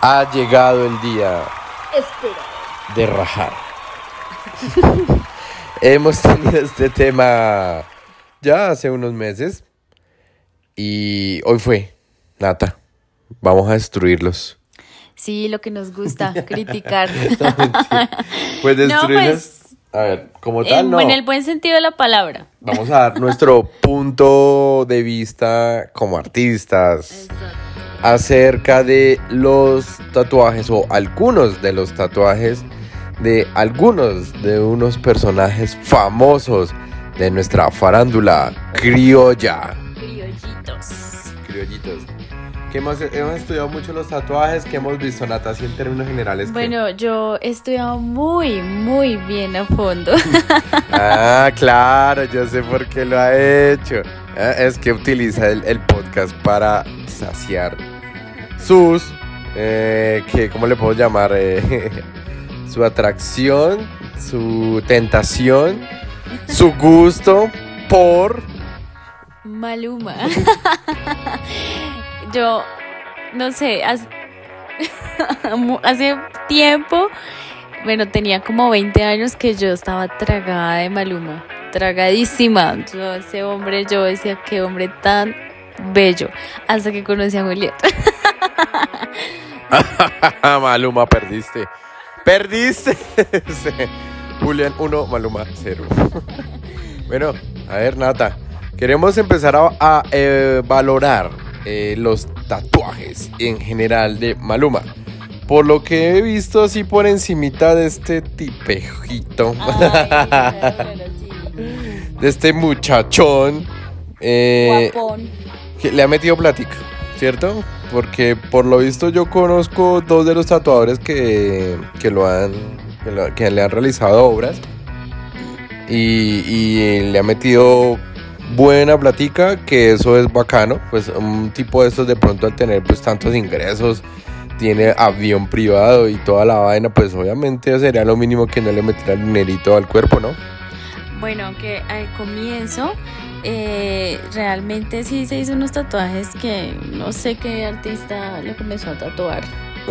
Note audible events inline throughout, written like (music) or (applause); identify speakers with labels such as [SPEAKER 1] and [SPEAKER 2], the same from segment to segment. [SPEAKER 1] Ha llegado el día
[SPEAKER 2] Espera.
[SPEAKER 1] de rajar. (laughs) Hemos tenido este tema ya hace unos meses y hoy fue, Nata, vamos a
[SPEAKER 2] (laughs)
[SPEAKER 1] destruirlos.
[SPEAKER 2] Sí, lo que nos
[SPEAKER 1] (laughs)
[SPEAKER 2] gusta, criticar.
[SPEAKER 1] Pues
[SPEAKER 2] No,
[SPEAKER 1] destruirlos. A ver, como tal,
[SPEAKER 2] en,
[SPEAKER 1] no.
[SPEAKER 2] en el buen sentido de la palabra.
[SPEAKER 1] Vamos a dar nuestro punto de vista como artistas acerca de los tatuajes o algunos de los tatuajes de algunos de unos personajes famosos de nuestra farándula criolla.
[SPEAKER 2] Criollitos.
[SPEAKER 1] Criollitos. Que hemos, hemos estudiado mucho los tatuajes, que hemos visto Nata así en términos generales. que-
[SPEAKER 2] Bueno, yo he estudiado muy, muy bien a fondo. (laughs)
[SPEAKER 1] Ah, claro, yo sé por qué lo ha hecho. Ah, Es que utiliza el, el podcast para saciar sus, eh, que, ¿cómo le puedo llamar? Eh, (laughs) su atracción, su tentación, su gusto por...
[SPEAKER 2] Maluma. (laughs) Yo, no sé, hace, mu- (laughs) hace tiempo, bueno, tenía como 20 años que yo estaba tragada de Maluma, tragadísima. Yo, ese hombre, yo decía, qué hombre tan bello, hasta que conocí a Julieta.
[SPEAKER 1] Ah, Maluma, perdiste. Perdiste. (laughs) Sí. Julián 1, Maluma 0. (laughs) bueno, a ver, Nata. Queremos empezar a, a, eh, valorar eh, los tatuajes en general de Maluma. Por lo que he visto así por encimita de este tipejito. (laughs) de este muchachón. eh,
[SPEAKER 2] (laughs) Guapón.
[SPEAKER 1] que le ha metido plática, ¿cierto? Porque por lo visto yo conozco dos de los tatuadores que, que lo han que, lo- que le han realizado obras y, y le ha metido buena plática, que eso es bacano, pues un tipo de estos de pronto al tener pues tantos ingresos tiene avión privado y toda la vaina, pues obviamente sería lo mínimo que no le metiera el dinerito al cuerpo, ¿no?
[SPEAKER 2] Bueno, que al comienzo eh, realmente sí se hizo unos tatuajes que no sé qué artista lo comenzó a tatuar.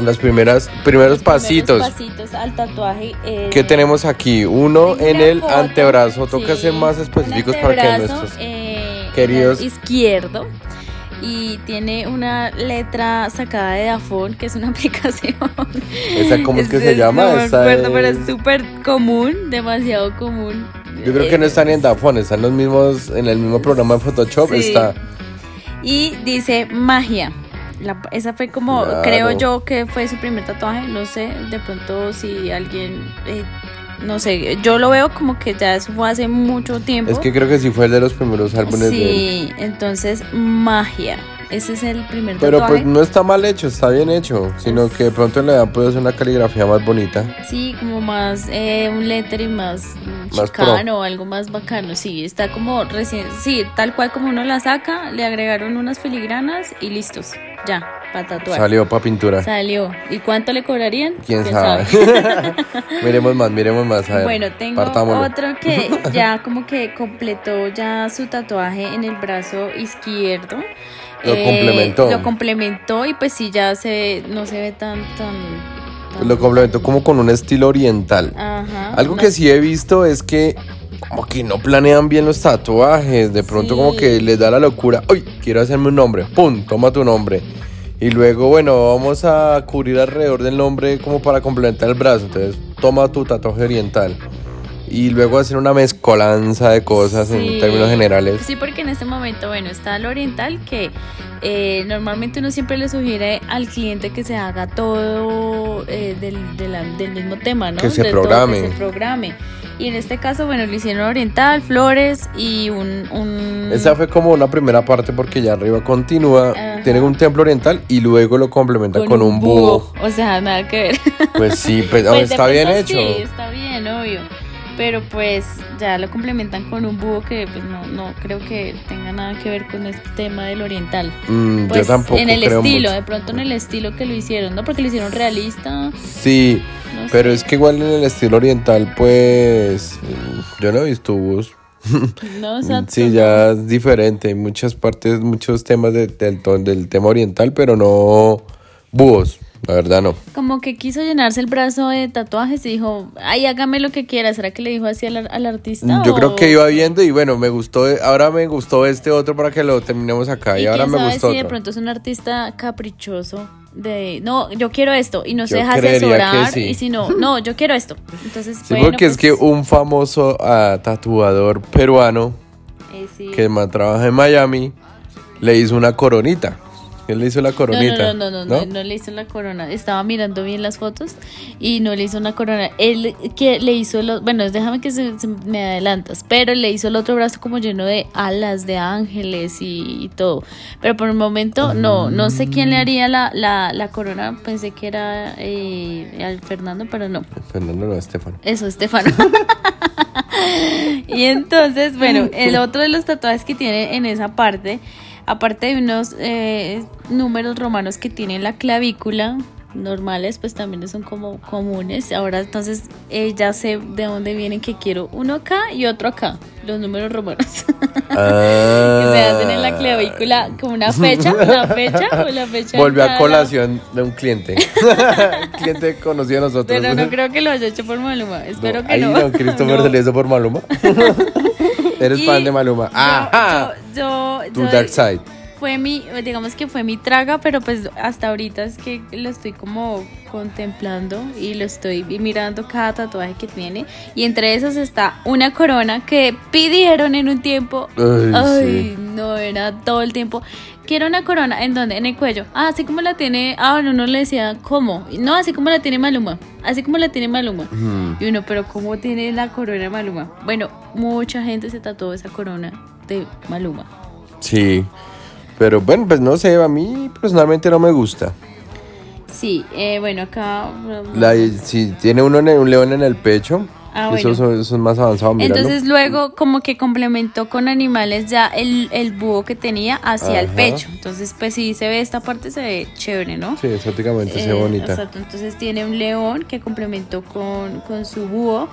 [SPEAKER 1] Los primeras, primeros
[SPEAKER 2] Los primeros
[SPEAKER 1] pasitos.
[SPEAKER 2] pasitos al tatuaje. eh,
[SPEAKER 1] ¿Qué tenemos aquí? Uno
[SPEAKER 2] una
[SPEAKER 1] en el
[SPEAKER 2] foto,
[SPEAKER 1] antebrazo. Toca
[SPEAKER 2] sí,
[SPEAKER 1] ser más
[SPEAKER 2] un
[SPEAKER 1] específicos para que
[SPEAKER 2] antebrazo,
[SPEAKER 1] nuestros.
[SPEAKER 2] eh,
[SPEAKER 1] queridos-
[SPEAKER 2] lado Izquierdo. Y tiene una letra sacada de Dafón, que es una (laughs) aplicación.
[SPEAKER 1] ¿Esa cómo es que se
[SPEAKER 2] Ese-
[SPEAKER 1] llama?
[SPEAKER 2] No me
[SPEAKER 1] Esa
[SPEAKER 2] acuerdo, pero
[SPEAKER 1] es-
[SPEAKER 2] es súper común, demasiado común.
[SPEAKER 1] Yo creo que no
[SPEAKER 2] Eh,
[SPEAKER 1] están en Dafón, están los mismos, en el mismo programa de Photoshop.
[SPEAKER 2] Sí.
[SPEAKER 1] Está.
[SPEAKER 2] Y dice magia. La- esa fue como,
[SPEAKER 1] Claro.
[SPEAKER 2] creo yo que fue su primer tatuaje. No sé, de pronto si alguien, eh, no sé, yo lo veo como que ya eso fue hace mucho tiempo.
[SPEAKER 1] Es que creo que sí fue el de los primeros álbumes de él.
[SPEAKER 2] sí, entonces magia. Ese es el primer
[SPEAKER 1] Pero
[SPEAKER 2] tatuaje.
[SPEAKER 1] pues no está mal hecho, está bien hecho. Sino que de pronto le han podido hacer una caligrafía más bonita.
[SPEAKER 2] Sí, como más eh, un lettering más mm,
[SPEAKER 1] Más pro.
[SPEAKER 2] chicano, algo más bacano. Sí, está como recién, sí, tal cual como uno la saca, le agregaron unas filigranas y listos, ya, para tatuar.
[SPEAKER 1] Salió para pintura.
[SPEAKER 2] Salió. ¿Y cuánto le cobrarían?
[SPEAKER 1] Quién sabe. (laughs) miremos más, miremos más. A ver,
[SPEAKER 2] bueno, tengo
[SPEAKER 1] partámoslo.
[SPEAKER 2] otro que
[SPEAKER 1] (laughs)
[SPEAKER 2] ya como que completó ya su tatuaje en el brazo izquierdo. Eh,
[SPEAKER 1] Lo complementó.
[SPEAKER 2] Lo complementó y pues sí ya se no se ve tan tan. tan-
[SPEAKER 1] Lo complemento como con un estilo oriental.
[SPEAKER 2] Ajá.
[SPEAKER 1] Algo
[SPEAKER 2] no
[SPEAKER 1] que sí he visto es que como que no planean bien los tatuajes, de pronto como
[SPEAKER 2] Sí.
[SPEAKER 1] que les da la locura, uy, quiero hacerme un nombre, pum, toma tu nombre. Y luego, bueno, vamos a cubrir alrededor del nombre como para complementar el brazo, entonces toma tu tatuaje oriental. Y luego hacer una mezcolanza de cosas en
[SPEAKER 2] Sí.
[SPEAKER 1] términos generales.
[SPEAKER 2] Sí, porque en este momento, bueno, está el oriental que eh, normalmente uno siempre le sugiere al cliente que se haga todo eh, del, de la- del mismo tema, ¿no?
[SPEAKER 1] Que se
[SPEAKER 2] De todo,
[SPEAKER 1] programe.
[SPEAKER 2] Que se programe. Y en este caso, bueno, le hicieron oriental, flores y un... un
[SPEAKER 1] Esa fue como una primera parte porque ya arriba continúa,
[SPEAKER 2] Ajá.
[SPEAKER 1] tiene un templo oriental y luego lo complementa con, un búho.
[SPEAKER 2] O sea, nada que ver.
[SPEAKER 1] Pues sí, pues,
[SPEAKER 2] (laughs) Pues de
[SPEAKER 1] está bien
[SPEAKER 2] pronto
[SPEAKER 1] hecho.
[SPEAKER 2] Sí, está bien, obvio. Pero pues ya lo complementan con un búho que pues no, no creo que tenga nada que ver con este tema del oriental.
[SPEAKER 1] Mm,
[SPEAKER 2] Pues,
[SPEAKER 1] yo tampoco
[SPEAKER 2] en el
[SPEAKER 1] creo
[SPEAKER 2] estilo,
[SPEAKER 1] mucho.
[SPEAKER 2] de pronto en el estilo que lo hicieron, ¿no? Porque lo hicieron realista.
[SPEAKER 1] Sí,
[SPEAKER 2] no
[SPEAKER 1] pero
[SPEAKER 2] sé,
[SPEAKER 1] es que igual en el estilo oriental, pues mm, yo no he visto búhos.
[SPEAKER 2] no, o sea,
[SPEAKER 1] mm, Sí, ya es diferente. Hay muchas partes, muchos temas de- del, ton- del tema oriental, pero no búhos. la verdad no.
[SPEAKER 2] Como que quiso llenarse el brazo de tatuajes y dijo, ay, hágame lo que quiera. ¿Será que le dijo así al, al artista?
[SPEAKER 1] Yo
[SPEAKER 2] o-
[SPEAKER 1] creo que iba viendo y bueno, me gustó, ahora me gustó este otro para que lo terminemos acá y,
[SPEAKER 2] Y
[SPEAKER 1] ahora
[SPEAKER 2] quién
[SPEAKER 1] me
[SPEAKER 2] sabe
[SPEAKER 1] gustó
[SPEAKER 2] si de
[SPEAKER 1] otro.
[SPEAKER 2] pronto es un artista caprichoso de no yo quiero esto y no se
[SPEAKER 1] Yo
[SPEAKER 2] deja
[SPEAKER 1] creería que
[SPEAKER 2] asesorar
[SPEAKER 1] sí.
[SPEAKER 2] y si no no yo quiero esto entonces
[SPEAKER 1] Sí,
[SPEAKER 2] bueno,
[SPEAKER 1] porque es que
[SPEAKER 2] pues,
[SPEAKER 1] un famoso ah, tatuador peruano
[SPEAKER 2] eh, sí.
[SPEAKER 1] que ma- trabaja en Miami le hizo una coronita. Él le hizo la
[SPEAKER 2] no, no,
[SPEAKER 1] coronita.
[SPEAKER 2] no, no, no, no, no le hizo la corona. Estaba mirando bien las fotos y no le hizo una corona. Él que le hizo los, bueno, déjame que se- se me adelantas, pero le hizo el otro brazo como lleno de alas de ángeles y, y todo. Pero por el momento no, no sé quién le haría la, la, la corona. Pensé que era eh, al Fernando, pero no.
[SPEAKER 1] Fernando Pues no, Estefano.
[SPEAKER 2] Eso, Estefano. y entonces, bueno, el otro de los tatuajes que tiene en esa parte, aparte de unos eh, números romanos que tiene en la clavícula, normales, pues también son como comunes. Ahora entonces eh, ya sé de dónde vienen que quiero uno acá y otro acá, los números romanos. (laughs) (laughs) que se
[SPEAKER 1] Ah.
[SPEAKER 2] hacen en la clavícula como una fecha, una fecha o la fecha. de
[SPEAKER 1] Volvió a
[SPEAKER 2] cada-
[SPEAKER 1] colación de un
[SPEAKER 2] (laughs)
[SPEAKER 1] cliente. un cliente conocido a nosotros.
[SPEAKER 2] Pero no creo que lo haya hecho por Maluma, espero que
[SPEAKER 1] Ay,
[SPEAKER 2] no.
[SPEAKER 1] no,
[SPEAKER 2] (laughs)
[SPEAKER 1] Christopher
[SPEAKER 2] No.
[SPEAKER 1] se le hizo por Maluma. Eres
[SPEAKER 2] Y
[SPEAKER 1] fan de Maluma.
[SPEAKER 2] yo-
[SPEAKER 1] Ajá.
[SPEAKER 2] Yo, yo,
[SPEAKER 1] Tu
[SPEAKER 2] yo-
[SPEAKER 1] Dark Side.
[SPEAKER 2] fue mi, digamos que fue mi traga, pero pues hasta ahorita es que lo estoy como contemplando y lo estoy y mirando cada tatuaje que tiene. Y entre esas está una corona que pidieron en un tiempo.
[SPEAKER 1] Ay, sí.
[SPEAKER 2] Ay, no, era todo el tiempo. Quiero una corona, ¿en dónde? En el cuello. Ah, así como la tiene. Ah, bueno, uno le decía, ¿cómo? No, así como la tiene Maluma. Así como la tiene Maluma.
[SPEAKER 1] Mm.
[SPEAKER 2] Y uno, pero ¿cómo tiene la corona Maluma? Bueno, mucha gente se tatuó esa corona de Maluma.
[SPEAKER 1] Sí. Pero bueno, pues no sé, a mí personalmente no me gusta.
[SPEAKER 2] Sí, eh, bueno, acá.
[SPEAKER 1] La, si tiene uno en el- un león en el pecho,
[SPEAKER 2] Ah,
[SPEAKER 1] eso,
[SPEAKER 2] bueno.
[SPEAKER 1] son- eso es más avanzado. míralo.
[SPEAKER 2] Entonces luego como que complementó con animales ya el, el búho que tenía hacia el
[SPEAKER 1] Ajá.
[SPEAKER 2] pecho. Entonces pues sí se ve esta parte, se ve chévere, ¿no?
[SPEAKER 1] sí, exóticamente se
[SPEAKER 2] Eh,
[SPEAKER 1] ve bonita.
[SPEAKER 2] exacto, entonces tiene un león que complementó con, con su búho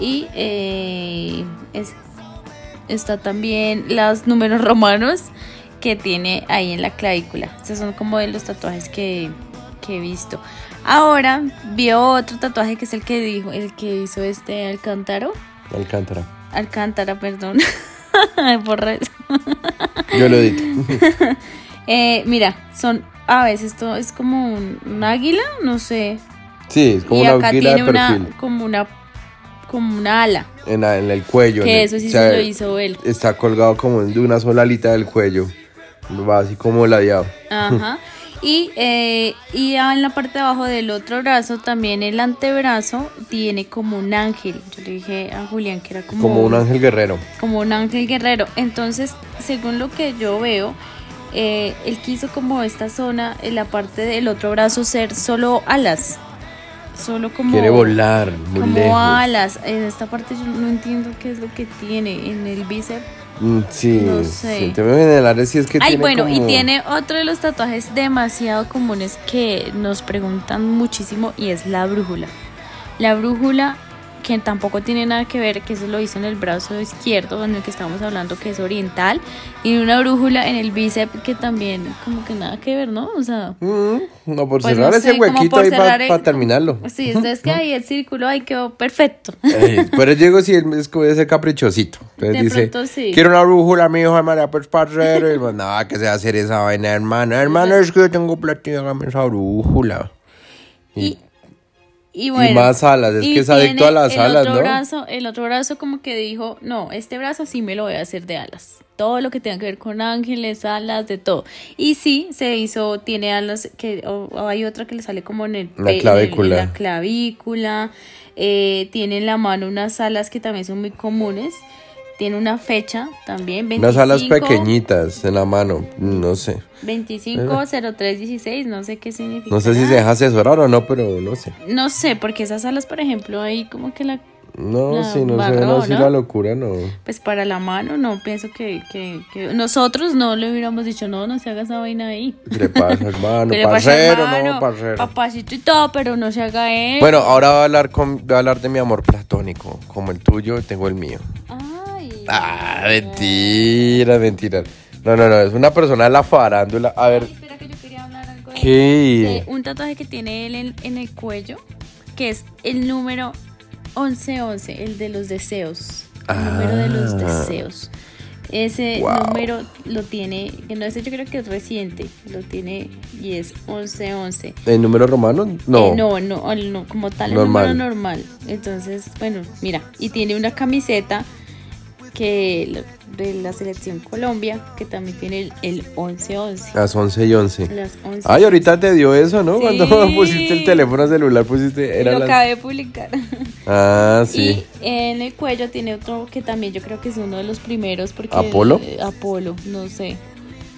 [SPEAKER 2] y eh, es- está también los números romanos que tiene ahí en la clavícula. Estos son como de los tatuajes que, que he visto. Ahora vio otro tatuaje que es el que dijo, el que hizo este Alcántaro.
[SPEAKER 1] Alcántara.
[SPEAKER 2] Alcántara, perdón. (laughs) Borra eso.
[SPEAKER 1] Yo lo edito.
[SPEAKER 2] (laughs) Eh, mira, son aves, esto es como un, un águila, no sé.
[SPEAKER 1] Sí, es como
[SPEAKER 2] y
[SPEAKER 1] una
[SPEAKER 2] acá
[SPEAKER 1] anguila de
[SPEAKER 2] tiene una,
[SPEAKER 1] perfil.
[SPEAKER 2] como una como una ala.
[SPEAKER 1] En, la- en el cuello. en
[SPEAKER 2] Que
[SPEAKER 1] el-
[SPEAKER 2] eso sí
[SPEAKER 1] o sea,
[SPEAKER 2] se lo hizo él.
[SPEAKER 1] Está colgado como de una sola alita del cuello. Va así como ladeado. (laughs)
[SPEAKER 2] Ajá. Y, eh, y en la parte de abajo del otro brazo, también el antebrazo, tiene como un ángel. Yo le dije a Julián que era como,
[SPEAKER 1] Como un ángel guerrero.
[SPEAKER 2] como un ángel guerrero. Entonces, según lo que yo veo, eh, él quiso como esta zona, en la parte del otro brazo, ser solo alas. Solo como...
[SPEAKER 1] Quiere volar muy
[SPEAKER 2] como
[SPEAKER 1] lejos.
[SPEAKER 2] alas. En esta parte yo no entiendo qué es lo que tiene en el bíceps.
[SPEAKER 1] Mm, Sí,
[SPEAKER 2] No sé.
[SPEAKER 1] sí, te veo en el área, sí, es que
[SPEAKER 2] Ay,
[SPEAKER 1] tiene
[SPEAKER 2] bueno, y
[SPEAKER 1] como-
[SPEAKER 2] tiene otro de los tatuajes demasiado comunes que nos preguntan muchísimo y es la brújula. La brújula que tampoco tiene nada que ver, que eso lo hizo en el brazo izquierdo, en el que estamos hablando que es oriental, y una brújula en el bíceps que también como que nada que ver, ¿no? O sea,
[SPEAKER 1] Mm, no, por
[SPEAKER 2] Pues
[SPEAKER 1] cerrar
[SPEAKER 2] no
[SPEAKER 1] ese
[SPEAKER 2] sé, como
[SPEAKER 1] huequito
[SPEAKER 2] por
[SPEAKER 1] ahí para
[SPEAKER 2] cerrar el-
[SPEAKER 1] terminarlo.
[SPEAKER 2] sí, es- es que ahí el círculo ahí quedó perfecto.
[SPEAKER 1] Ey, Pero Diego sí es es como ese caprichosito. Entonces
[SPEAKER 2] De
[SPEAKER 1] dice,
[SPEAKER 2] pronto sí.
[SPEAKER 1] quiero una brújula, mi hijo de María pues parcero. Y pues nada, que se va a hacer esa vaina, hermano. Hermano, es que yo tengo platino, hágame esa brújula.
[SPEAKER 2] Y, y bueno.
[SPEAKER 1] más alas, es
[SPEAKER 2] y
[SPEAKER 1] que es adicto a
[SPEAKER 2] tiene
[SPEAKER 1] las
[SPEAKER 2] el
[SPEAKER 1] alas,
[SPEAKER 2] otro
[SPEAKER 1] ¿no?
[SPEAKER 2] brazo- el otro brazo como que dijo, no, este brazo sí me lo voy a hacer de alas. Todo lo que tenga que ver con ángeles, alas, de todo. Y sí, se hizo, tiene alas, que o- o hay otra que le sale como en el...
[SPEAKER 1] La
[SPEAKER 2] pe- en el-
[SPEAKER 1] clavícula.
[SPEAKER 2] en la clavícula. Eh, tiene en la mano unas alas que también son muy comunes. Tiene una fecha también, 25.
[SPEAKER 1] Unas alas pequeñitas en la mano, no sé.
[SPEAKER 2] 25, 03, 16, no sé qué significa.
[SPEAKER 1] Eh. No sé si se deja asesorar o no, pero no sé.
[SPEAKER 2] No sé, porque esas alas, por ejemplo, ahí como que la
[SPEAKER 1] No,
[SPEAKER 2] La
[SPEAKER 1] sí, no sé,
[SPEAKER 2] embarró,
[SPEAKER 1] no, sí,
[SPEAKER 2] ¿no?
[SPEAKER 1] la locura, no.
[SPEAKER 2] pues para la mano, no pienso que, que, que nosotros no le hubiéramos dicho, no, no se haga esa vaina ahí.
[SPEAKER 1] ¿Qué le
[SPEAKER 2] (laughs)
[SPEAKER 1] pasa, hermano?
[SPEAKER 2] Que le pase al
[SPEAKER 1] parcero, Ah, no,
[SPEAKER 2] mano,
[SPEAKER 1] parcero.
[SPEAKER 2] Papacito y todo, pero no se haga él.
[SPEAKER 1] Bueno, ahora voy a hablar con, voy a hablar de mi amor platónico. Como el tuyo, tengo el mío.
[SPEAKER 2] Ay.
[SPEAKER 1] Ah, mentira, mentira. No, no, no, es una persona de la farándula. A ver,
[SPEAKER 2] Espera que yo quería hablar algo de Eh, un tatuaje que tiene él en, en el cuello, que es el número 1111, el de los deseos. El número de los
[SPEAKER 1] Ah.
[SPEAKER 2] deseos. Ese
[SPEAKER 1] Wow.
[SPEAKER 2] número lo tiene, que no sé, yo creo que es reciente, lo tiene y es 1111.
[SPEAKER 1] ¿El número romano? No.
[SPEAKER 2] Eh, no, no, al- no, como tal, el
[SPEAKER 1] Normal.
[SPEAKER 2] número normal. Entonces, bueno, mira, y tiene una camiseta que lo- de la selección Colombia, que también tiene el, el 1111.
[SPEAKER 1] Las 11 y 11.
[SPEAKER 2] Las 11.
[SPEAKER 1] Ah. Ay, ahorita te dio eso, ¿no?
[SPEAKER 2] Sí.
[SPEAKER 1] Cuando (laughs) pusiste el teléfono celular, pusiste. Era
[SPEAKER 2] lo
[SPEAKER 1] las-
[SPEAKER 2] acabé de publicar. (laughs)
[SPEAKER 1] Ah, sí.
[SPEAKER 2] Y en el cuello tiene otro que también yo creo que es uno de los primeros porque
[SPEAKER 1] ¿Apolo?
[SPEAKER 2] eh, Apolo, no sé.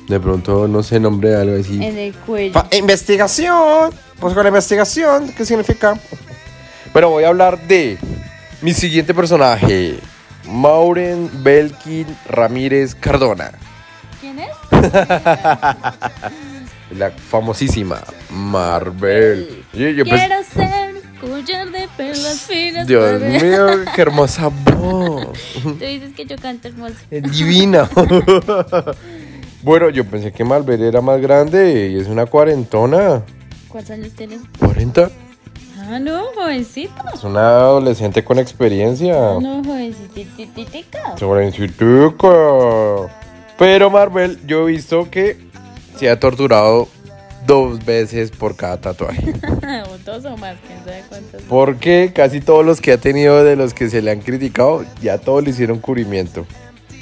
[SPEAKER 1] De pronto, no sé, nombre de algo así.
[SPEAKER 2] En el cuello.
[SPEAKER 1] Fa- investigación. Pues con la investigación, ¿qué significa? Bueno, voy a hablar de mi siguiente personaje. Mauren Belkin Ramírez Cardona.
[SPEAKER 2] ¿Quién es?
[SPEAKER 1] La famosísima Marvel. Yo- yo pensé-
[SPEAKER 2] Quiero ser collar de perlas finas.
[SPEAKER 1] Dios
[SPEAKER 2] para-
[SPEAKER 1] mío, qué hermosa voz.
[SPEAKER 2] (laughs) Tú dices que yo canto hermoso.
[SPEAKER 1] Es divina. (laughs) bueno, yo pensé que Marvel era más grande y es una cuarentona.
[SPEAKER 2] ¿Cuántos años tienes?
[SPEAKER 1] ¿40?
[SPEAKER 2] Ah, no, jovencito.
[SPEAKER 1] Es una adolescente con experiencia.
[SPEAKER 2] Ah, No, jovencitititica.
[SPEAKER 1] Sobre Instituto. Pero Marvel, yo he visto que se ha torturado dos veces por cada tatuaje.
[SPEAKER 2] (laughs) O dos o más, quién sabe cuántos.
[SPEAKER 1] Porque casi todos los que ha tenido de los que se le han criticado, ya todos le hicieron cubrimiento.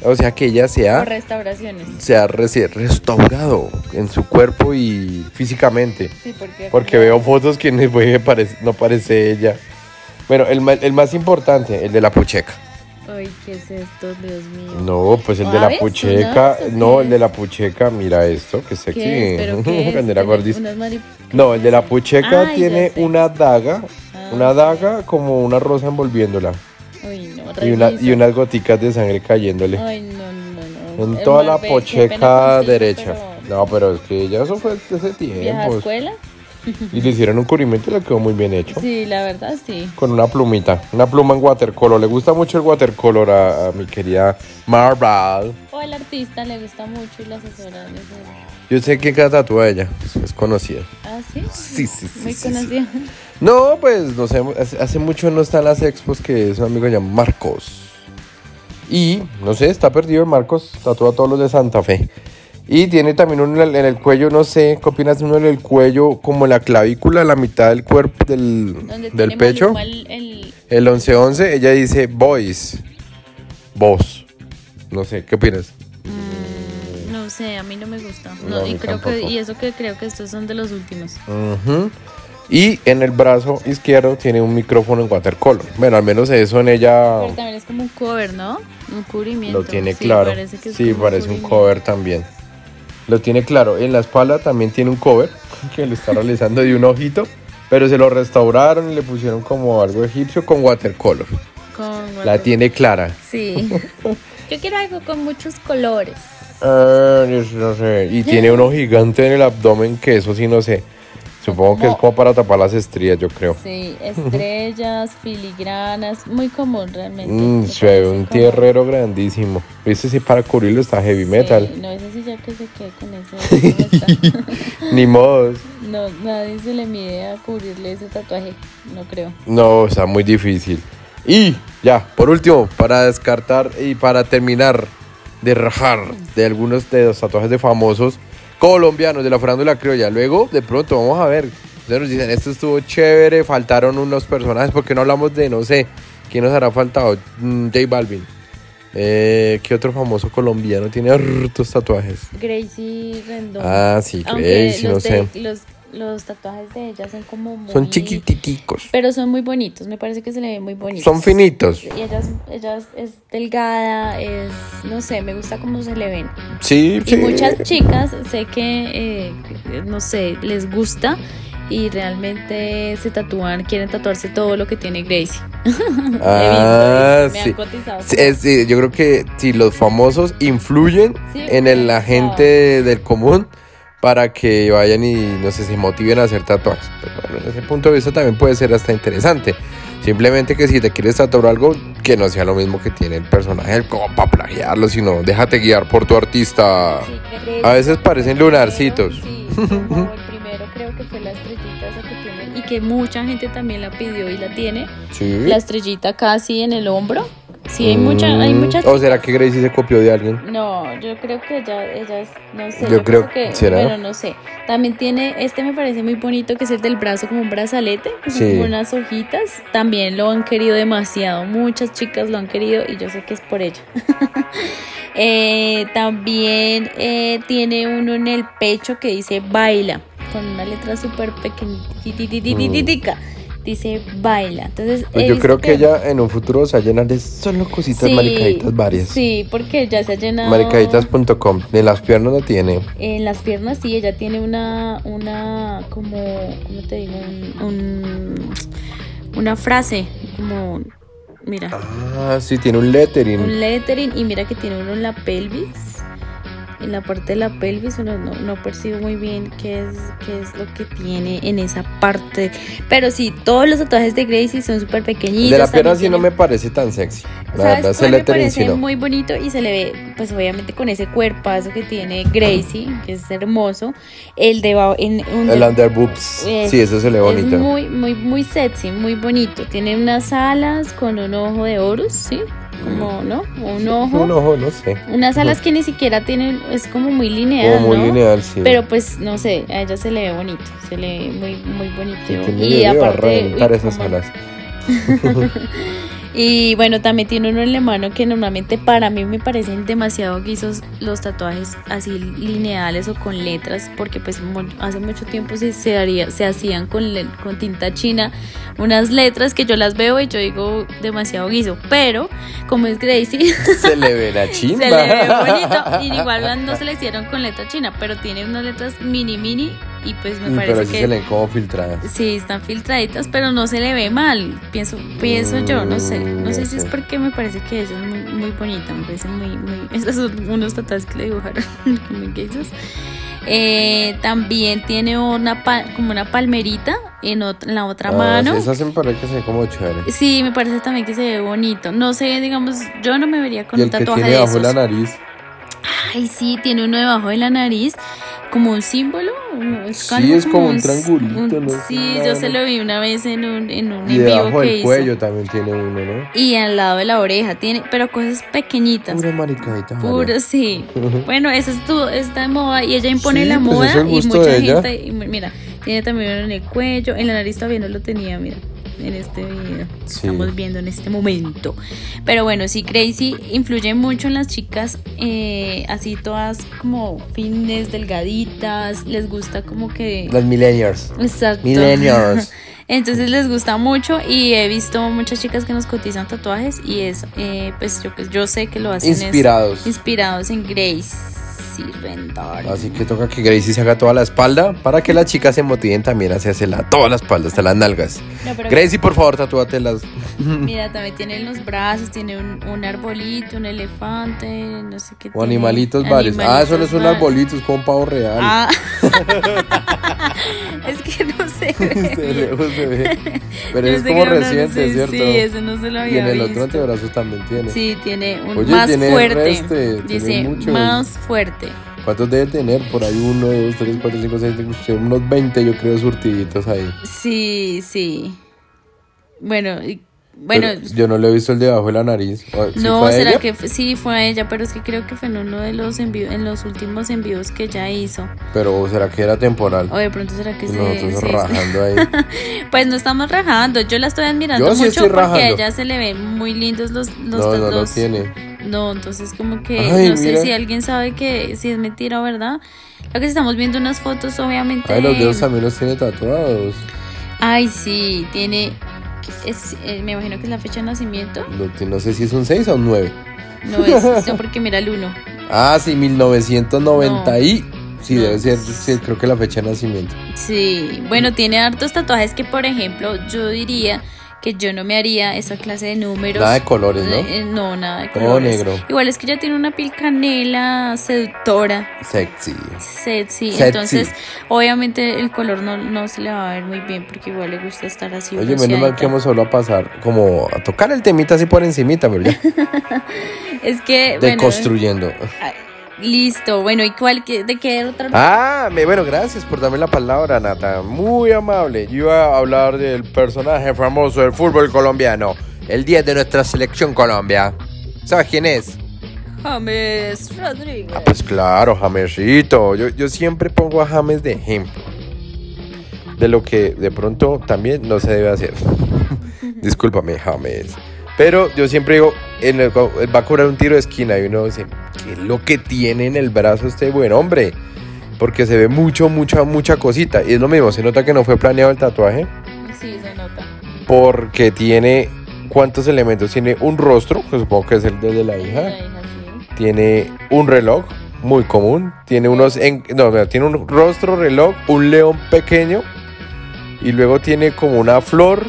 [SPEAKER 1] O sea que ella se
[SPEAKER 2] O
[SPEAKER 1] ha,
[SPEAKER 2] restauraciones.
[SPEAKER 1] se ha reci- restaurado en su cuerpo y físicamente.
[SPEAKER 2] Sí, porque.
[SPEAKER 1] Porque veo fotos que no parece, no parece ella. Bueno, el, ma- el más importante, el de la pucheca.
[SPEAKER 2] Ay, ¿qué es esto, Dios mío?
[SPEAKER 1] No, pues el de la
[SPEAKER 2] ¿Suaves?
[SPEAKER 1] pucheca.
[SPEAKER 2] ¿Sonados o
[SPEAKER 1] No,
[SPEAKER 2] qué
[SPEAKER 1] el de
[SPEAKER 2] es?
[SPEAKER 1] la pucheca, mira esto, que sexy.
[SPEAKER 2] ¿Qué es? ¿Pero
[SPEAKER 1] (laughs)
[SPEAKER 2] qué es?
[SPEAKER 1] Cuando era
[SPEAKER 2] ¿Tiene
[SPEAKER 1] gordis.
[SPEAKER 2] unas mari-
[SPEAKER 1] No, el de la
[SPEAKER 2] Ah,
[SPEAKER 1] pucheca
[SPEAKER 2] ya
[SPEAKER 1] tiene
[SPEAKER 2] sé.
[SPEAKER 1] una daga,
[SPEAKER 2] Ah.
[SPEAKER 1] una daga como una rosa envolviéndola
[SPEAKER 2] Uy, no,
[SPEAKER 1] y, una-
[SPEAKER 2] revisa.
[SPEAKER 1] y unas goticas de sangre cayéndole.
[SPEAKER 2] Ay, no, no, no.
[SPEAKER 1] En
[SPEAKER 2] Ah, El
[SPEAKER 1] toda la
[SPEAKER 2] Marbella, qué pena
[SPEAKER 1] pocheca
[SPEAKER 2] contigo,
[SPEAKER 1] derecha. pues,
[SPEAKER 2] pero
[SPEAKER 1] No, pero es que ya eso fue de ese
[SPEAKER 2] ¿Viaja a
[SPEAKER 1] tiempo.
[SPEAKER 2] escuela?
[SPEAKER 1] Y le hicieron un cubrimiento y le quedó muy bien hecho.
[SPEAKER 2] Sí, la verdad sí.
[SPEAKER 1] Con una plumita, una pluma en watercolor. Le gusta mucho el watercolor a, a mi querida Marvel.
[SPEAKER 2] O al artista le gusta mucho y la asesora. no sé.
[SPEAKER 1] Yo sé que cada tatúa ella pues, es conocida.
[SPEAKER 2] Ah, sí.
[SPEAKER 1] Sí, sí, sí,
[SPEAKER 2] Muy
[SPEAKER 1] sí,
[SPEAKER 2] conocida.
[SPEAKER 1] No, pues no sé, hace, hace mucho no está en las expos que es un amigo llamado Marcos. Y, no sé, está perdido el Marcos, tatúa a todos los de Santa Fe. Y tiene también uno en el, en el cuello, no sé, ¿qué opinas de uno en el cuello? Como en la clavícula, la mitad del cuerpo,
[SPEAKER 2] (laughs) Donde
[SPEAKER 1] del, del
[SPEAKER 2] tiene
[SPEAKER 1] pecho.
[SPEAKER 2] Maluma El, el-
[SPEAKER 1] El 1111, ella dice voice, voz. No sé, ¿qué opinas?
[SPEAKER 2] Mm, no sé, a mí no me gusta.
[SPEAKER 1] No,
[SPEAKER 2] No,
[SPEAKER 1] a
[SPEAKER 2] y
[SPEAKER 1] mí
[SPEAKER 2] creo que
[SPEAKER 1] tampoco.
[SPEAKER 2] y eso que creo que estos son de los últimos.
[SPEAKER 1] Ujú. Y en el brazo izquierdo tiene un micrófono en watercolor. Bueno, al menos eso en ella...
[SPEAKER 2] Pero también es como un cover, ¿no? Un cubrimiento.
[SPEAKER 1] Ah. Lo tiene
[SPEAKER 2] Sí,
[SPEAKER 1] claro.
[SPEAKER 2] parece que es
[SPEAKER 1] sí,
[SPEAKER 2] como
[SPEAKER 1] parece un
[SPEAKER 2] cubrimiento.
[SPEAKER 1] cover también. Lo tiene claro. En la espalda también tiene un cover (laughs) que lo está realizando de un ojito, pero se lo restauraron y le pusieron como algo egipcio con watercolor.
[SPEAKER 2] Con
[SPEAKER 1] La tiene clara. (laughs)
[SPEAKER 2] Sí. Yo quiero algo con muchos colores.
[SPEAKER 1] Ah, yo no sé. Y tiene uno gigante en el abdomen que eso sí no sé. Supongo que es
[SPEAKER 2] Como-
[SPEAKER 1] como para tapar las estrías, yo creo.
[SPEAKER 2] Sí, (laughs) estrellas, filigranas, muy común realmente.
[SPEAKER 1] Mm,
[SPEAKER 2] Me
[SPEAKER 1] se ve
[SPEAKER 2] parece
[SPEAKER 1] un
[SPEAKER 2] como-
[SPEAKER 1] tierrero grandísimo. Ese sí para cubrirlo está heavy
[SPEAKER 2] Sí,
[SPEAKER 1] metal.
[SPEAKER 2] no, ese sí ya que se quede con eso.
[SPEAKER 1] (laughs)
[SPEAKER 2] no está.
[SPEAKER 1] Ni modos.
[SPEAKER 2] no, nadie se le mide a cubrirle ese tatuaje, no creo.
[SPEAKER 1] No, está muy difícil. Y ya, por último, para descartar y para terminar de rajar de algunos de los tatuajes de famosos colombianos de la farándula criolla. Luego, de pronto, vamos a ver. Ustedes nos dicen, esto estuvo chévere, faltaron unos personajes, porque no hablamos de, no sé, ¿quién nos hará faltado? Mm, J Balvin. Eh, ¿Qué otro famoso colombiano tiene hartos tatuajes?
[SPEAKER 2] Gracie Rendón.
[SPEAKER 1] Ah, sí,
[SPEAKER 2] Aunque
[SPEAKER 1] Gracie, no
[SPEAKER 2] los,
[SPEAKER 1] sé.
[SPEAKER 2] de- los, los tatuajes de ella son como muy...
[SPEAKER 1] Son chiquititicos,
[SPEAKER 2] Pero son muy bonitos, me parece que se le ven muy bonitos.
[SPEAKER 1] son finitos.
[SPEAKER 2] Y ella, es- ella es- es delgada, es, no sé, me gusta cómo se le ven.
[SPEAKER 1] Sí,
[SPEAKER 2] Y
[SPEAKER 1] sí.
[SPEAKER 2] muchas chicas sé que, eh, no sé, les gusta y realmente se tatúan, quieren tatuarse todo lo que tiene Gracie. (laughs)
[SPEAKER 1] Ah,
[SPEAKER 2] He visto, he visto, me
[SPEAKER 1] sí.
[SPEAKER 2] han cotizado.
[SPEAKER 1] Sí, es- sí, yo creo que si los famosos influyen
[SPEAKER 2] Sí,
[SPEAKER 1] en el- la
[SPEAKER 2] claro.
[SPEAKER 1] gente del común para que vayan y no sé, se motiven a hacer tatuajes. Pero bueno, desde ese punto de vista también puede ser hasta interesante. Simplemente que si te quieres tatuar algo, que no sea lo mismo que tiene el personaje, como para plagiarlo, sino déjate guiar por tu artista.
[SPEAKER 2] Sí, Gracie,
[SPEAKER 1] A veces parecen
[SPEAKER 2] el primero,
[SPEAKER 1] lunarcitos.
[SPEAKER 2] Sí, como el primero fue la estrellita esa que tiene y que mucha gente también la pidió y la tiene.
[SPEAKER 1] Sí.
[SPEAKER 2] La estrellita casi en el hombro. Sí, hay, mucha, hay
[SPEAKER 1] Mm,
[SPEAKER 2] muchas.
[SPEAKER 1] ¿O será que Gracie se copió de alguien?
[SPEAKER 2] No, yo creo que ella, ella es, no sé.
[SPEAKER 1] Yo
[SPEAKER 2] pienso
[SPEAKER 1] creo- ¿será?
[SPEAKER 2] Bueno, no sé. También tiene, este me parece muy bonito, que es el del brazo, como un brazalete, que son
[SPEAKER 1] Sí.
[SPEAKER 2] como unas hojitas. También lo han querido demasiado. Muchas chicas lo han querido y yo sé que es por ella. (laughs) Eh, también eh, tiene uno en el pecho que dice baila, con una letra súper pequeñita. Dice baila. Entonces, he
[SPEAKER 1] Pues Yo
[SPEAKER 2] visto
[SPEAKER 1] creo que ella en un futuro se va a llenar de solo cositas
[SPEAKER 2] Sí,
[SPEAKER 1] maricaditas varias.
[SPEAKER 2] Sí, porque ya se ha llenado.
[SPEAKER 1] Maricaditas.com. De las piernas no tiene.
[SPEAKER 2] En las piernas sí, ella tiene una, una, como, ¿cómo te digo? Un- un- una frase, como, mira,
[SPEAKER 1] Ah, sí, tiene un lettering.
[SPEAKER 2] un lettering y mira que tiene uno en la pelvis, en la parte de la pelvis, uno no, no percibe muy bien qué es, qué es lo que tiene en esa parte. Pero sí, todos los tatuajes de Gracie son súper
[SPEAKER 1] El
[SPEAKER 2] pequeñitos.
[SPEAKER 1] de la pierna
[SPEAKER 2] también
[SPEAKER 1] sí no
[SPEAKER 2] tiene-
[SPEAKER 1] me parece tan sexy. La
[SPEAKER 2] ¿Sabes
[SPEAKER 1] verdad, ese
[SPEAKER 2] cuál me
[SPEAKER 1] lettering sí
[SPEAKER 2] parece
[SPEAKER 1] no.
[SPEAKER 2] muy bonito y se le ve, pues obviamente con ese cuerpazo que tiene Gracie, que es hermoso, el de ba- en un
[SPEAKER 1] El underboobs.
[SPEAKER 2] Es-
[SPEAKER 1] Sí, eso se le ve
[SPEAKER 2] es
[SPEAKER 1] bonito.
[SPEAKER 2] muy, muy, muy sexy, muy bonito. Tiene unas alas con un ojo de Horus, ¿sí? Como, ¿no? Un ojo.
[SPEAKER 1] Mm. Un ojo, no sé.
[SPEAKER 2] Unas alas que ni siquiera tienen, es como muy lineal,
[SPEAKER 1] Como muy
[SPEAKER 2] ¿no?
[SPEAKER 1] lineal, sí.
[SPEAKER 2] Pero pues, no sé, a ella se le ve bonito, se le ve muy, muy bonito.
[SPEAKER 1] Sí, tiene
[SPEAKER 2] y
[SPEAKER 1] que
[SPEAKER 2] aparte,
[SPEAKER 1] reventar
[SPEAKER 2] uy,
[SPEAKER 1] esas
[SPEAKER 2] como-
[SPEAKER 1] alas.
[SPEAKER 2] (laughs) Y bueno, también tiene uno en la mano que normalmente para mí me parecen demasiado guisos los tatuajes así lineales o con letras, porque pues mu- hace mucho tiempo se, se, haría- se hacían con, le- con tinta china unas letras que yo las veo y yo digo demasiado guiso, pero como es Gracie, (laughs)
[SPEAKER 1] Se le ve la chimba.
[SPEAKER 2] se le ve
[SPEAKER 1] (laughs)
[SPEAKER 2] bonito y igual no se le hicieron con letra china, pero tiene unas letras mini mini y pues me
[SPEAKER 1] Mm,
[SPEAKER 2] parece
[SPEAKER 1] Pero sí
[SPEAKER 2] que...
[SPEAKER 1] se le ven como filtradas.
[SPEAKER 2] Sí, están filtraditas, pero no se le ve mal. Pienso, pienso yo, no sé.
[SPEAKER 1] Mm,
[SPEAKER 2] No sé
[SPEAKER 1] ya
[SPEAKER 2] si es
[SPEAKER 1] sé.
[SPEAKER 2] porque me parece que ella es muy, muy bonita. Me parece muy, muy. (laughs) Estos son unos tatuajes que le dibujaron, (laughs) muy gaysos. Eh, también tiene una pa- como una palmerita en, otra, en la otra
[SPEAKER 1] Ah,
[SPEAKER 2] mano.
[SPEAKER 1] sí, esas se me parece que se ve como chévere.
[SPEAKER 2] Sí, me parece también que se ve bonito. No sé, digamos, yo no me vería con
[SPEAKER 1] y
[SPEAKER 2] un
[SPEAKER 1] el que
[SPEAKER 2] tatuaje
[SPEAKER 1] tiene
[SPEAKER 2] de
[SPEAKER 1] bajo
[SPEAKER 2] esos.
[SPEAKER 1] la nariz.
[SPEAKER 2] Ay, sí, tiene uno debajo de la nariz, como un símbolo. un-
[SPEAKER 1] Sí, es como un
[SPEAKER 2] s-
[SPEAKER 1] triangulito,
[SPEAKER 2] un-
[SPEAKER 1] ¿no?
[SPEAKER 2] sí,
[SPEAKER 1] Una
[SPEAKER 2] yo se
[SPEAKER 1] vaina.
[SPEAKER 2] lo vi una vez en un, en un
[SPEAKER 1] Y
[SPEAKER 2] en
[SPEAKER 1] debajo
[SPEAKER 2] vivo que
[SPEAKER 1] del
[SPEAKER 2] hizo.
[SPEAKER 1] cuello también tiene uno, ¿no?
[SPEAKER 2] Y al lado de la oreja, tiene, pero cosas pequeñitas.
[SPEAKER 1] Pura maricadita. María.
[SPEAKER 2] Puro, sí. Bueno, esa es tu, está en moda y ella impone
[SPEAKER 1] Sí,
[SPEAKER 2] la
[SPEAKER 1] pues es
[SPEAKER 2] moda
[SPEAKER 1] el
[SPEAKER 2] y
[SPEAKER 1] gusto
[SPEAKER 2] mucha
[SPEAKER 1] de ella.
[SPEAKER 2] gente. y mu- mira, tiene también uno en el cuello, en la nariz todavía no lo tenía, mira, en este video. que
[SPEAKER 1] Sí.
[SPEAKER 2] Estamos viendo en este momento. Pero bueno, sí, Crazy influye mucho en las chicas, eh, así todas como fines, delgaditas, les gusta como que.
[SPEAKER 1] Las millennials.
[SPEAKER 2] Exacto.
[SPEAKER 1] Millennials.
[SPEAKER 2] Entonces les gusta mucho y he visto muchas chicas que nos cotizan tatuajes y es, eh, pues yo, yo sé que lo (laughs) hacen es-
[SPEAKER 1] Inspirados.
[SPEAKER 2] inspirados en Grace Rendar.
[SPEAKER 1] Así que toca que Gracie se haga toda la espalda para que las chicas se motiven también a hacérsela toda la espalda, hasta las nalgas.
[SPEAKER 2] No, pero
[SPEAKER 1] Gracie, por favor, tatúate las.
[SPEAKER 2] mira, también tiene en los brazos, tiene un, un arbolito, un elefante, no sé qué.
[SPEAKER 1] O
[SPEAKER 2] tiene.
[SPEAKER 1] animalitos varios. ah, eso no es un
[SPEAKER 2] varios.
[SPEAKER 1] arbolito, es como un pavo real.
[SPEAKER 2] Ah. (laughs) es que no sé.
[SPEAKER 1] (laughs) Ah. (laughs) Se ve, se
[SPEAKER 2] (laughs)
[SPEAKER 1] ve. Pero
[SPEAKER 2] Yo
[SPEAKER 1] es
[SPEAKER 2] sé
[SPEAKER 1] como
[SPEAKER 2] que no, no
[SPEAKER 1] reciente,
[SPEAKER 2] sé,
[SPEAKER 1] ¿cierto?
[SPEAKER 2] Sí, eso no se lo
[SPEAKER 1] y
[SPEAKER 2] había
[SPEAKER 1] en el otro
[SPEAKER 2] visto.
[SPEAKER 1] antebrazo también tiene.
[SPEAKER 2] Sí, tiene un
[SPEAKER 1] Oye,
[SPEAKER 2] más
[SPEAKER 1] tiene
[SPEAKER 2] fuerte.
[SPEAKER 1] reste, tiene
[SPEAKER 2] Dice
[SPEAKER 1] muchos.
[SPEAKER 2] más fuerte.
[SPEAKER 1] ¿Cuántos debe tener? Por ahí uno, dos, tres, cuatro, cinco, seis, siete, ocho, unos 20 yo creo surtiditos ahí.
[SPEAKER 2] Sí, sí. Bueno, y- bueno,
[SPEAKER 1] Pero yo no le he visto el debajo de la nariz. O- ¿sí
[SPEAKER 2] no,
[SPEAKER 1] fue a
[SPEAKER 2] será
[SPEAKER 1] ella?
[SPEAKER 2] que fue- sí fue a ella, pero es que creo que fue en uno de los envíos, en los últimos envíos que ella hizo.
[SPEAKER 1] Pero será que era temporal.
[SPEAKER 2] O de pronto será que
[SPEAKER 1] Y
[SPEAKER 2] se,
[SPEAKER 1] nosotros
[SPEAKER 2] se-
[SPEAKER 1] rajando ahí.
[SPEAKER 2] (laughs) Pues no estamos rajando, yo la estoy admirando
[SPEAKER 1] Yo sí
[SPEAKER 2] mucho
[SPEAKER 1] estoy
[SPEAKER 2] porque a
[SPEAKER 1] rajando.
[SPEAKER 2] ella se le ven muy lindos los los
[SPEAKER 1] no, no lo
[SPEAKER 2] los-
[SPEAKER 1] tiene.
[SPEAKER 2] No, entonces como que
[SPEAKER 1] Ay,
[SPEAKER 2] no sé
[SPEAKER 1] mira.
[SPEAKER 2] si alguien sabe que si es mentira o verdad. Lo que estamos viendo unas fotos obviamente
[SPEAKER 1] Ay, los dedos también los tiene tatuados.
[SPEAKER 2] Ay, sí, tiene. es- eh, me imagino que es la fecha de nacimiento.
[SPEAKER 1] No, te- no sé si es un 6 o un 9. (laughs)
[SPEAKER 2] No es, no, porque mira el 1.
[SPEAKER 1] Ah, sí, 1990 y... Sí,
[SPEAKER 2] No.
[SPEAKER 1] debe ser, sí, creo que la fecha de nacimiento.
[SPEAKER 2] Sí, bueno, tiene hartos tatuajes que, por ejemplo, yo diría que yo no me haría esa clase de números.
[SPEAKER 1] Nada de colores, ¿no?
[SPEAKER 2] Eh, eh, no, nada de
[SPEAKER 1] Todo
[SPEAKER 2] colores.
[SPEAKER 1] negro.
[SPEAKER 2] Igual es que ella tiene una piel canela seductora,
[SPEAKER 1] Sexy.
[SPEAKER 2] sexy,
[SPEAKER 1] Sexy.
[SPEAKER 2] eh. entonces obviamente el color no, no se le va a ver muy bien porque igual le gusta estar así.
[SPEAKER 1] Oye, menos mal que
[SPEAKER 2] bronceadita.
[SPEAKER 1] vamos solo a pasar, como a
[SPEAKER 2] (laughs)
[SPEAKER 1] tocar el temita así por encimita, pero ya,
[SPEAKER 2] Es que, bueno, eh.
[SPEAKER 1] deconstruyendo.
[SPEAKER 2] Ay, Listo, bueno, ¿y cuál? que- ¿De qué otra?
[SPEAKER 1] Ah, me- bueno, gracias por darme la palabra, Nata. Muy amable. Yo iba a hablar del personaje famoso del fútbol colombiano. El 10 de nuestra selección Colombia. ¿Sabes quién es?
[SPEAKER 2] James Ah, Rodríguez.
[SPEAKER 1] Ah, pues claro, Jamesito. Yo, yo siempre pongo a James de ejemplo. De lo que de pronto también no se debe hacer. (laughs) Discúlpame, James. Pero yo siempre digo, en el- va a cobrar un tiro de esquina y uno dice, ¿qué es lo que tiene en el brazo este buen hombre? Porque se ve mucho, mucha, mucha cosita. Y es lo mismo, se nota que no fue planeado el tatuaje.
[SPEAKER 2] Sí, se nota.
[SPEAKER 1] Porque tiene, ¿cuántos elementos? Tiene un rostro, que supongo que es el de la hija
[SPEAKER 2] La hija, sí.
[SPEAKER 1] tiene un reloj muy común, tiene unos en- no, mira, tiene un rostro reloj, un león pequeño y luego tiene como una flor,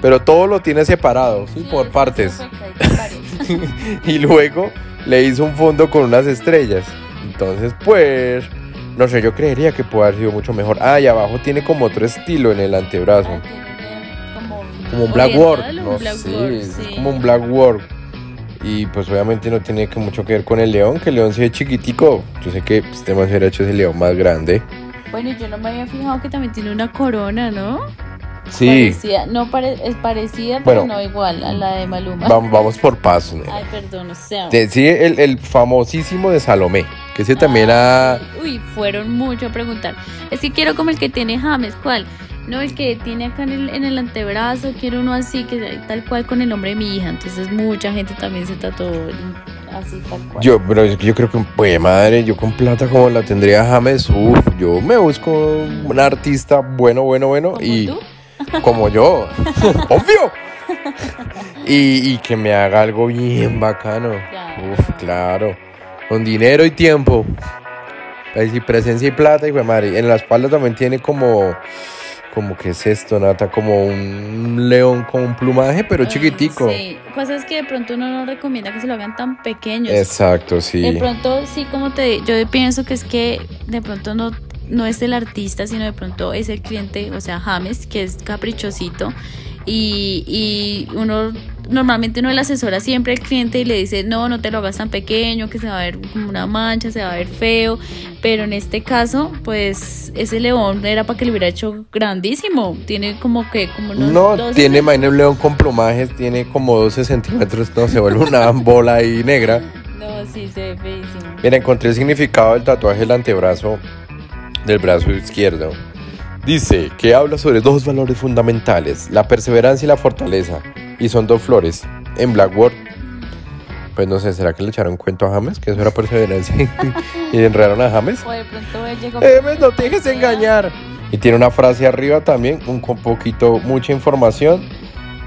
[SPEAKER 1] pero todo lo tiene separado, ¿sí?
[SPEAKER 2] Sí,
[SPEAKER 1] por
[SPEAKER 2] sí,
[SPEAKER 1] partes.
[SPEAKER 2] sí, fue que-
[SPEAKER 1] (laughs)
[SPEAKER 2] varios.
[SPEAKER 1] y luego le hizo un fondo con unas estrellas. Entonces, pues no sé, yo creería que puede haber sido mucho mejor. Ah, y abajo tiene como otro estilo en el antebrazo.
[SPEAKER 2] Ah, tiene como un-
[SPEAKER 1] Como un black work,
[SPEAKER 2] oriental,
[SPEAKER 1] no
[SPEAKER 2] un black
[SPEAKER 1] sé,
[SPEAKER 2] work,
[SPEAKER 1] es
[SPEAKER 2] sí.
[SPEAKER 1] como un black work. Y pues obviamente no tiene que mucho que ver con el león, que el león se ve chiquitico. Yo sé que este man se hubiera hecho ese león más grande.
[SPEAKER 2] Bueno, yo no me había fijado que también tiene una corona, ¿no?
[SPEAKER 1] Sí,
[SPEAKER 2] Parecida, no pare- es parecida,
[SPEAKER 1] Bueno.
[SPEAKER 2] pero no igual a la de Maluma.
[SPEAKER 1] vam- vamos por pasos. nena.
[SPEAKER 2] Ay, perdón, o sea.
[SPEAKER 1] Te- Sí, el, el famosísimo de Salomé, que ese también ha...
[SPEAKER 2] Uy, fueron mucho a preguntar. Es que quiero como el que tiene James, ¿cuál? No, el que tiene acá en el, en el antebrazo, quiero uno así, que sea tal cual con el nombre de mi hija. Entonces mucha gente también se tatuó así tal cual.
[SPEAKER 1] Yo, pero es que yo creo que, pues madre, yo con plata como la tendría James, uf, yo me busco un artista bueno, bueno, bueno
[SPEAKER 2] ¿Como
[SPEAKER 1] y...
[SPEAKER 2] tú?
[SPEAKER 1] como yo, (laughs) obvio. Y, y que me haga algo bien bacano.
[SPEAKER 2] Claro.
[SPEAKER 1] Uf, claro. Con dinero y tiempo. Ahí sí, presencia y plata, y de madre. En la espalda también tiene como. Como que es esto, Nata, como un león con un plumaje, pero
[SPEAKER 2] Ay,
[SPEAKER 1] chiquitico.
[SPEAKER 2] Ah, Sí, cosas que de pronto uno no recomienda que se lo hagan tan pequeños.
[SPEAKER 1] Exacto, sí.
[SPEAKER 2] De pronto, sí, como te yo pienso que es que de pronto no, no es el artista, sino de pronto es el cliente, o sea, James, que es caprichosito. Y, y uno, normalmente uno le asesora siempre al cliente y le dice, no, no te lo hagas tan pequeño, que se va a ver como una mancha, se va a ver feo. Pero en este caso, pues ese león era para que lo hubiera hecho grandísimo. Tiene como que, como unos
[SPEAKER 1] No,
[SPEAKER 2] 12
[SPEAKER 1] tiene, imagínate un león con plumajes, tiene como 12 centímetros, no, se vuelve una (laughs) bola ahí negra.
[SPEAKER 2] No, sí, se ve feísimo.
[SPEAKER 1] Mira, encontré el significado del tatuaje del antebrazo del brazo izquierdo. Dice que habla sobre dos valores fundamentales, la perseverancia y la fortaleza. Y son dos flores. En Blackboard, pues no sé, ¿será que le echaron cuento a James? Que eso era perseverancia (laughs) y enredaron a James.
[SPEAKER 2] O de pronto él llegó.
[SPEAKER 1] James, no te dejes engañar. Y tiene una frase arriba también, un con poquito, mucha información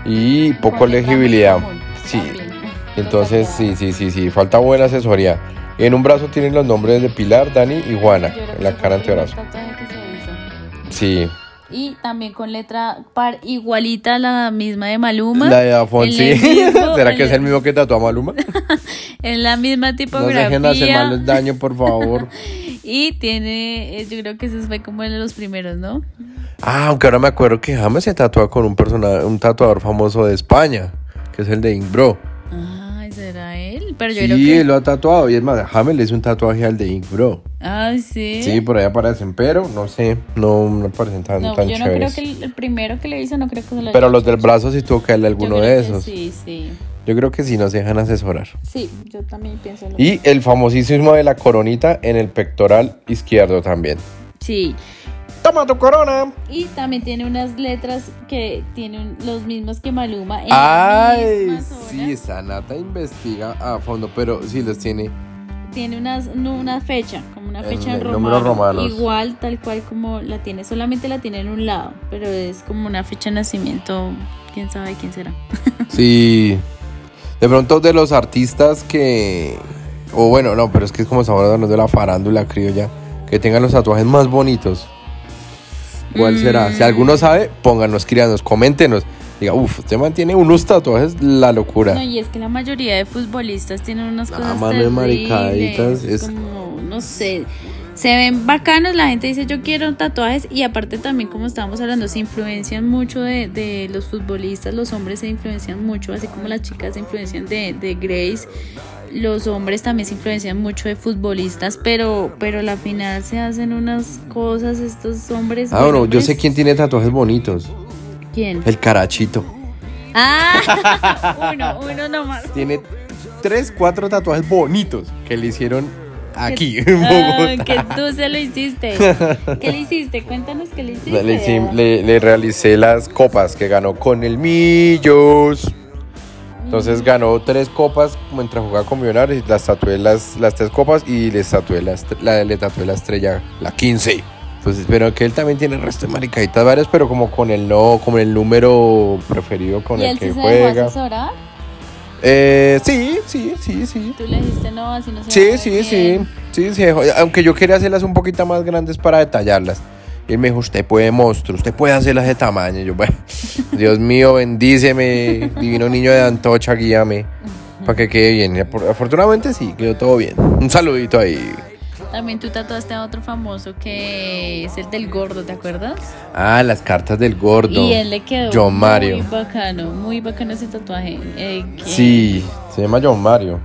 [SPEAKER 1] y poco
[SPEAKER 2] Con
[SPEAKER 1] legibilidad.
[SPEAKER 2] letra muy común
[SPEAKER 1] Sí,
[SPEAKER 2] también.
[SPEAKER 1] (laughs) entonces, sí,
[SPEAKER 2] Total.
[SPEAKER 1] sí, sí, sí, falta buena asesoría. En un brazo tienen los nombres de Pilar, Dani y Juana,
[SPEAKER 2] Yo creo
[SPEAKER 1] en
[SPEAKER 2] que
[SPEAKER 1] la
[SPEAKER 2] ese
[SPEAKER 1] cara
[SPEAKER 2] fue el
[SPEAKER 1] antebrazo.
[SPEAKER 2] primer tatuaje que se
[SPEAKER 1] Sí,
[SPEAKER 2] hizo. Y también con letra par igualita a la misma de Maluma.
[SPEAKER 1] la de Afon,
[SPEAKER 2] el
[SPEAKER 1] sí. (laughs)
[SPEAKER 2] mismo-
[SPEAKER 1] ¿Será que
[SPEAKER 2] el-
[SPEAKER 1] es el mismo que tatuó a Maluma?
[SPEAKER 2] En la misma
[SPEAKER 1] No se dejen hacer
[SPEAKER 2] tipografía.
[SPEAKER 1] malos daño, por
[SPEAKER 2] (laughs)
[SPEAKER 1] favor.
[SPEAKER 2] y tiene, eh, yo creo que ese fue como uno de los primeros, ¿no?
[SPEAKER 1] Ah, aunque ahora me acuerdo que James se tatúa con un, persona, un tatuador famoso de España, que es el de Inkbro.
[SPEAKER 2] Ay, será él. Pero yo creo
[SPEAKER 1] Sí,
[SPEAKER 2] que.
[SPEAKER 1] él lo ha tatuado. Y es más, James le hizo un tatuaje al de Inkbro.
[SPEAKER 2] Ay, sí.
[SPEAKER 1] Sí, por ahí aparecen, pero no sé, no me parecen tan,
[SPEAKER 2] no,
[SPEAKER 1] tan
[SPEAKER 2] yo no creo
[SPEAKER 1] chéveres.
[SPEAKER 2] que el, el primero que le hizo, no creo que se lo
[SPEAKER 1] Pero
[SPEAKER 2] haya
[SPEAKER 1] los del
[SPEAKER 2] hecho.
[SPEAKER 1] brazo sí tuvo que darle
[SPEAKER 2] Yo
[SPEAKER 1] alguno
[SPEAKER 2] creo
[SPEAKER 1] de
[SPEAKER 2] que
[SPEAKER 1] esos.
[SPEAKER 2] Sí, sí.
[SPEAKER 1] Yo creo que sí nos dejan asesorar.
[SPEAKER 2] Sí, yo también pienso lo
[SPEAKER 1] Y el famosísimo de la coronita en el pectoral izquierdo también.
[SPEAKER 2] Sí.
[SPEAKER 1] ¡Toma tu corona!
[SPEAKER 2] Y también tiene unas letras que tienen los mismos que Maluma. En la
[SPEAKER 1] ¡Ay!
[SPEAKER 2] misma zona.
[SPEAKER 1] Sí, esa nata investiga a fondo, pero sí los tiene.
[SPEAKER 2] Tiene unas, no, una fecha, como una
[SPEAKER 1] En
[SPEAKER 2] fecha en
[SPEAKER 1] el-
[SPEAKER 2] romano.
[SPEAKER 1] números romanos.
[SPEAKER 2] Igual, tal cual como la tiene, solamente la tiene en un lado, pero es como una fecha de nacimiento, quién sabe quién será.
[SPEAKER 1] Sí. De pronto de los artistas que... O bueno, no, pero es que es como estamos hablando de la farándula criolla. Que tengan los tatuajes más bonitos. ¿Cuál
[SPEAKER 2] Mm.
[SPEAKER 1] será? Si alguno sabe, pónganos, crianos, coméntenos. Diga, uff, usted mantiene unos tatuajes, la locura.
[SPEAKER 2] No, y es que la mayoría de futbolistas tienen unas
[SPEAKER 1] Nada
[SPEAKER 2] cosas
[SPEAKER 1] más no hay
[SPEAKER 2] terribles,
[SPEAKER 1] maricaditas, es-
[SPEAKER 2] como, no sé, se ven bacanos, la gente dice yo quiero tatuajes y aparte también como estábamos hablando, se influencian mucho de, de los futbolistas, los hombres se influencian mucho, así como las chicas se influencian de, de Grace, los hombres también se influencian mucho de futbolistas, pero, pero a la final se hacen unas cosas estos hombres.
[SPEAKER 1] Ah, bueno, yo
[SPEAKER 2] hombres.
[SPEAKER 1] sé quién tiene tatuajes bonitos.
[SPEAKER 2] ¿Quién?
[SPEAKER 1] El carachito.
[SPEAKER 2] Ah, (laughs) uno, uno nomás.
[SPEAKER 1] Tiene tres, cuatro tatuajes bonitos que le hicieron aquí,
[SPEAKER 2] Que-
[SPEAKER 1] en
[SPEAKER 2] Ah,
[SPEAKER 1] Bogotá.
[SPEAKER 2] que tú se
[SPEAKER 1] (laughs)
[SPEAKER 2] lo hiciste. ¿Qué le hiciste? Cuéntanos qué le hiciste.
[SPEAKER 1] Le, hice- le- le realicé las copas que ganó con el Millos.
[SPEAKER 2] Mm.
[SPEAKER 1] Entonces ganó tres copas mientras jugaba con Millonarios y las tatué las, las tres copas y les tatué la, estre- la- le tatué la estrella, la 15. Entonces, pero que él también tiene el resto de maricaditas varias, pero como con el no, con el número preferido con
[SPEAKER 2] ¿Y
[SPEAKER 1] el
[SPEAKER 2] él
[SPEAKER 1] que
[SPEAKER 2] sí se dejó
[SPEAKER 1] juega.
[SPEAKER 2] asesorar?
[SPEAKER 1] Eh, sí, sí, sí, sí.
[SPEAKER 2] Tú le dijiste no, así no se va a
[SPEAKER 1] Sí,
[SPEAKER 2] ver
[SPEAKER 1] sí,
[SPEAKER 2] bien.
[SPEAKER 1] sí, sí, sí, jo- Aunque yo quería hacerlas un poquito más grandes para detallarlas. Y él me dijo, usted puede, monstruo, usted puede hacerlas de tamaño. Y yo, bueno, (laughs) Dios mío, bendíceme, divino niño de Antocha, guíame. Para que quede bien. Y afor- Afortunadamente sí, quedó todo bien. Un saludito ahí.
[SPEAKER 2] También tú tatuaste a otro famoso que es el del gordo, ¿te acuerdas?
[SPEAKER 1] Ah, las cartas del gordo.
[SPEAKER 2] Y él le quedó
[SPEAKER 1] John Mario.
[SPEAKER 2] muy bacano, muy bacano ese tatuaje. Eh, ¿qué,
[SPEAKER 1] Sí, se llama John Mario.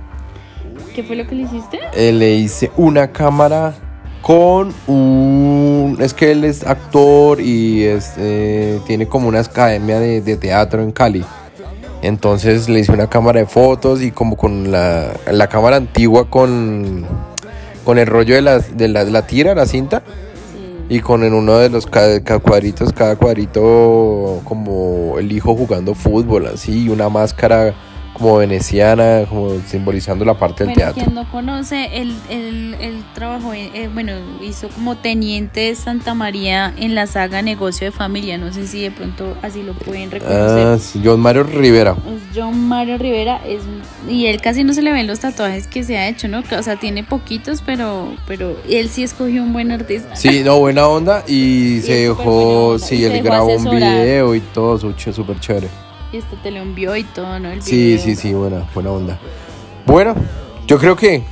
[SPEAKER 2] ¿Qué fue lo que le hiciste?
[SPEAKER 1] Eh, le hice una cámara con un... Es que él es actor y es, eh, tiene como una academia de, de teatro en Cali. Entonces le hice una cámara de fotos y como con la, la cámara antigua con, con el rollo de la, de la, de la tira, la cinta. Y con en uno de los ca- ca- cuadritos, cada cuadrito como el hijo jugando fútbol, así, y una máscara como veneciana, como simbolizando la parte del
[SPEAKER 2] Bueno,
[SPEAKER 1] teatro.
[SPEAKER 2] quien no conoce, él, él- él trabajó, en- eh, bueno, hizo como teniente de Santa María en la saga Negocio de Familia. No sé si de pronto así lo pueden
[SPEAKER 1] Ah,
[SPEAKER 2] reconocer.
[SPEAKER 1] sí, John Mario Rivera.
[SPEAKER 2] Es John Mario Rivera es, y él casi no se le ven los tatuajes que se ha hecho, ¿no? O sea, tiene poquitos, pero, pero él sí escogió un buen artista.
[SPEAKER 1] Sí, no, buena onda. Y
[SPEAKER 2] es
[SPEAKER 1] se
[SPEAKER 2] súper buena
[SPEAKER 1] dejó,
[SPEAKER 2] onda, y
[SPEAKER 1] sí,
[SPEAKER 2] se
[SPEAKER 1] él
[SPEAKER 2] dejó
[SPEAKER 1] grabó un
[SPEAKER 2] asesorar.
[SPEAKER 1] video y todo, su ch- súper chévere.
[SPEAKER 2] Y este te lo envió y todo, ¿no? El
[SPEAKER 1] Sí,
[SPEAKER 2] video.
[SPEAKER 1] sí, sí, buena, buena onda. Bueno, yo creo que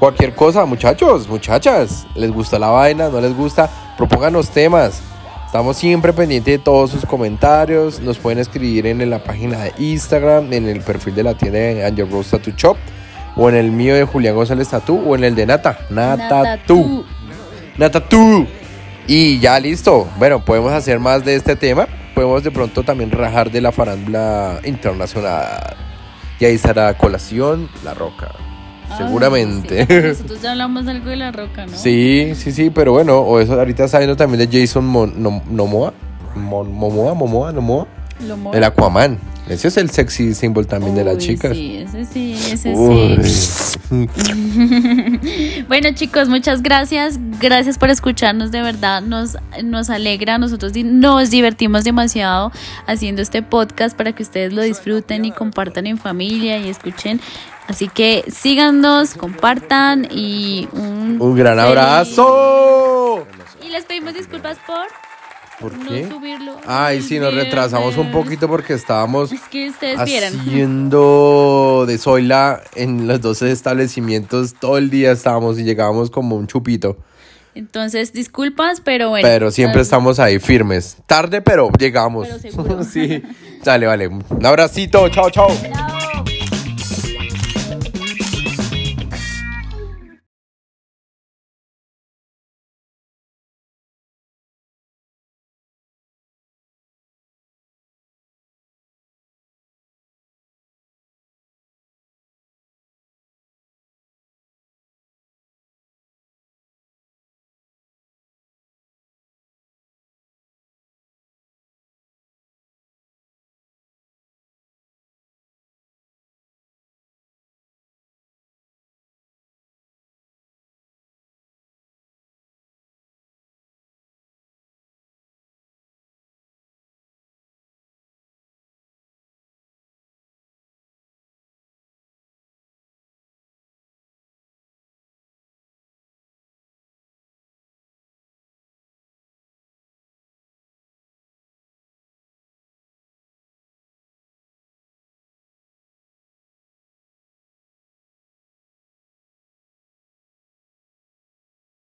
[SPEAKER 1] cualquier cosa, muchachos, muchachas, les gusta la vaina, no les gusta, propónganos temas. Estamos siempre pendientes de todos sus comentarios. Nos pueden escribir en la página de Instagram, en el perfil de la tienda de Angel Rose Tattoo Shop, o en el mío de Julián González Tattoo, o en el de Nata, Nata, Tattoo.
[SPEAKER 2] Natatú.
[SPEAKER 1] Natatú. Y ya listo. Bueno, podemos hacer más de este tema. Podemos de pronto también rajar de la farándula internacional. Y ahí estará colación La Roca.
[SPEAKER 2] Ah,
[SPEAKER 1] Seguramente. (laughs)
[SPEAKER 2] sí. Nosotros ya hablamos algo de la roca, ¿no?
[SPEAKER 1] Sí, sí, sí, pero bueno, o eso ahorita sabiendo también de Jason Mon- Nom- Momoa. Mon- Momoa, Momoa, Momoa.
[SPEAKER 2] Lo mo-
[SPEAKER 1] El Aquaman. Ese es el sexy símbolo también de las
[SPEAKER 2] Uy,
[SPEAKER 1] chicas.
[SPEAKER 2] Sí, ese sí, ese sí.
[SPEAKER 1] Uy.
[SPEAKER 2] Bueno chicos, muchas gracias, gracias por escucharnos, de verdad nos, nos alegra, nosotros di- nos divertimos demasiado haciendo este podcast para que ustedes lo disfruten y compartan en familia y escuchen. Así que síganos, compartan y un,
[SPEAKER 1] Un gran abrazo.
[SPEAKER 2] Y les pedimos disculpas por,
[SPEAKER 1] ¿Por
[SPEAKER 2] no
[SPEAKER 1] qué?
[SPEAKER 2] subirlo.
[SPEAKER 1] Ay, sí, nos
[SPEAKER 2] Viernes.
[SPEAKER 1] retrasamos un poquito porque estábamos
[SPEAKER 2] Es que ustedes vieran.
[SPEAKER 1] haciendo de Zoila en los dos establecimientos. Todo el día estábamos y llegábamos como un chupito.
[SPEAKER 2] Entonces, disculpas, pero bueno.
[SPEAKER 1] Pero siempre
[SPEAKER 2] estamos
[SPEAKER 1] estamos ahí firmes. Tarde, pero llegamos. (laughs)
[SPEAKER 2] Pero seguro.
[SPEAKER 1] sí. Dale, vale. Un abracito. Chao, chao.
[SPEAKER 2] Chao.